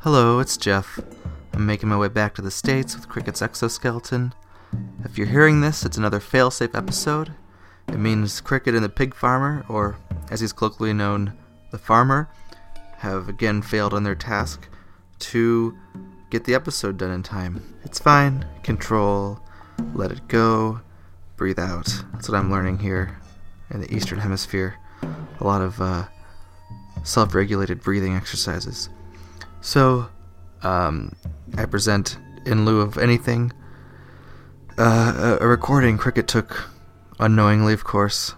Hello, it's Jeff. I'm making my way back to the States with Cricket's exoskeleton. If you're hearing this, it's another failsafe episode. It means Cricket and the pig farmer, or as he's colloquially known, the farmer, have again failed on their task to get the episode done in time. It's fine. Control, let it go, breathe out. That's what I'm learning here in the Eastern Hemisphere. A lot of uh, self regulated breathing exercises. So, um, I present, in lieu of anything, uh, a a recording Cricket took, unknowingly, of course,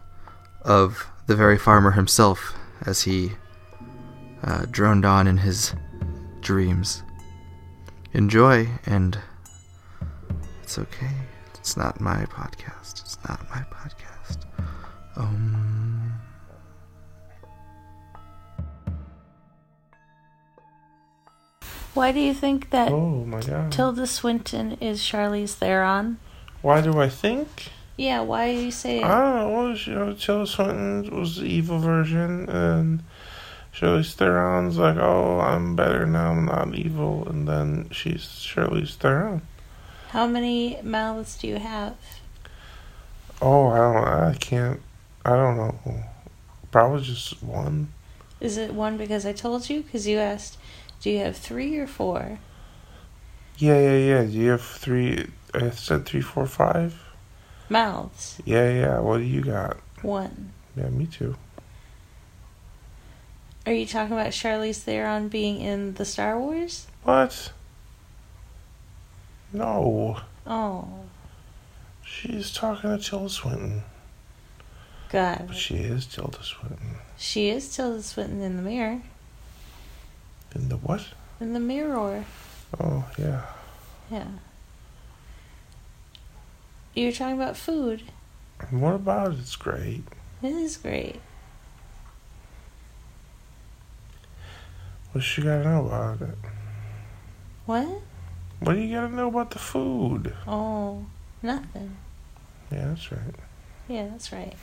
of the very farmer himself as he uh, droned on in his dreams. Enjoy, and it's okay. It's not my podcast. It's not my podcast. Um. Why do you think that Oh my god. Tilda Swinton is Charlize Theron? Why do I think? Yeah, why do you say it? Ah, well, you know, Tilda Swinton was the evil version, and Charlize Theron's like, oh, I'm better now, I'm not evil, and then she's Charlize Theron. How many mouths do you have? Oh, I don't, I can't, I don't know. Probably just one. Is it one because I told you? Because you asked, do you have three or four? Yeah, yeah, yeah. Do you have three? I said three, four, five. Mouths. Yeah, yeah. What do you got? One. Yeah, me too. Are you talking about Charlize Theron being in the Star Wars? What? No, Oh, she's talking to Tilda Swinton, God. but she is Tilda Swinton. She is Tilda Swinton in the mirror. In the what? In the mirror. Oh yeah. Yeah. You're talking about food. And what about it? it's great? This is great. What you gotta know about it? What? What do you gotta know about the food? Oh, nothing. Yeah, that's right. Yeah, that's right.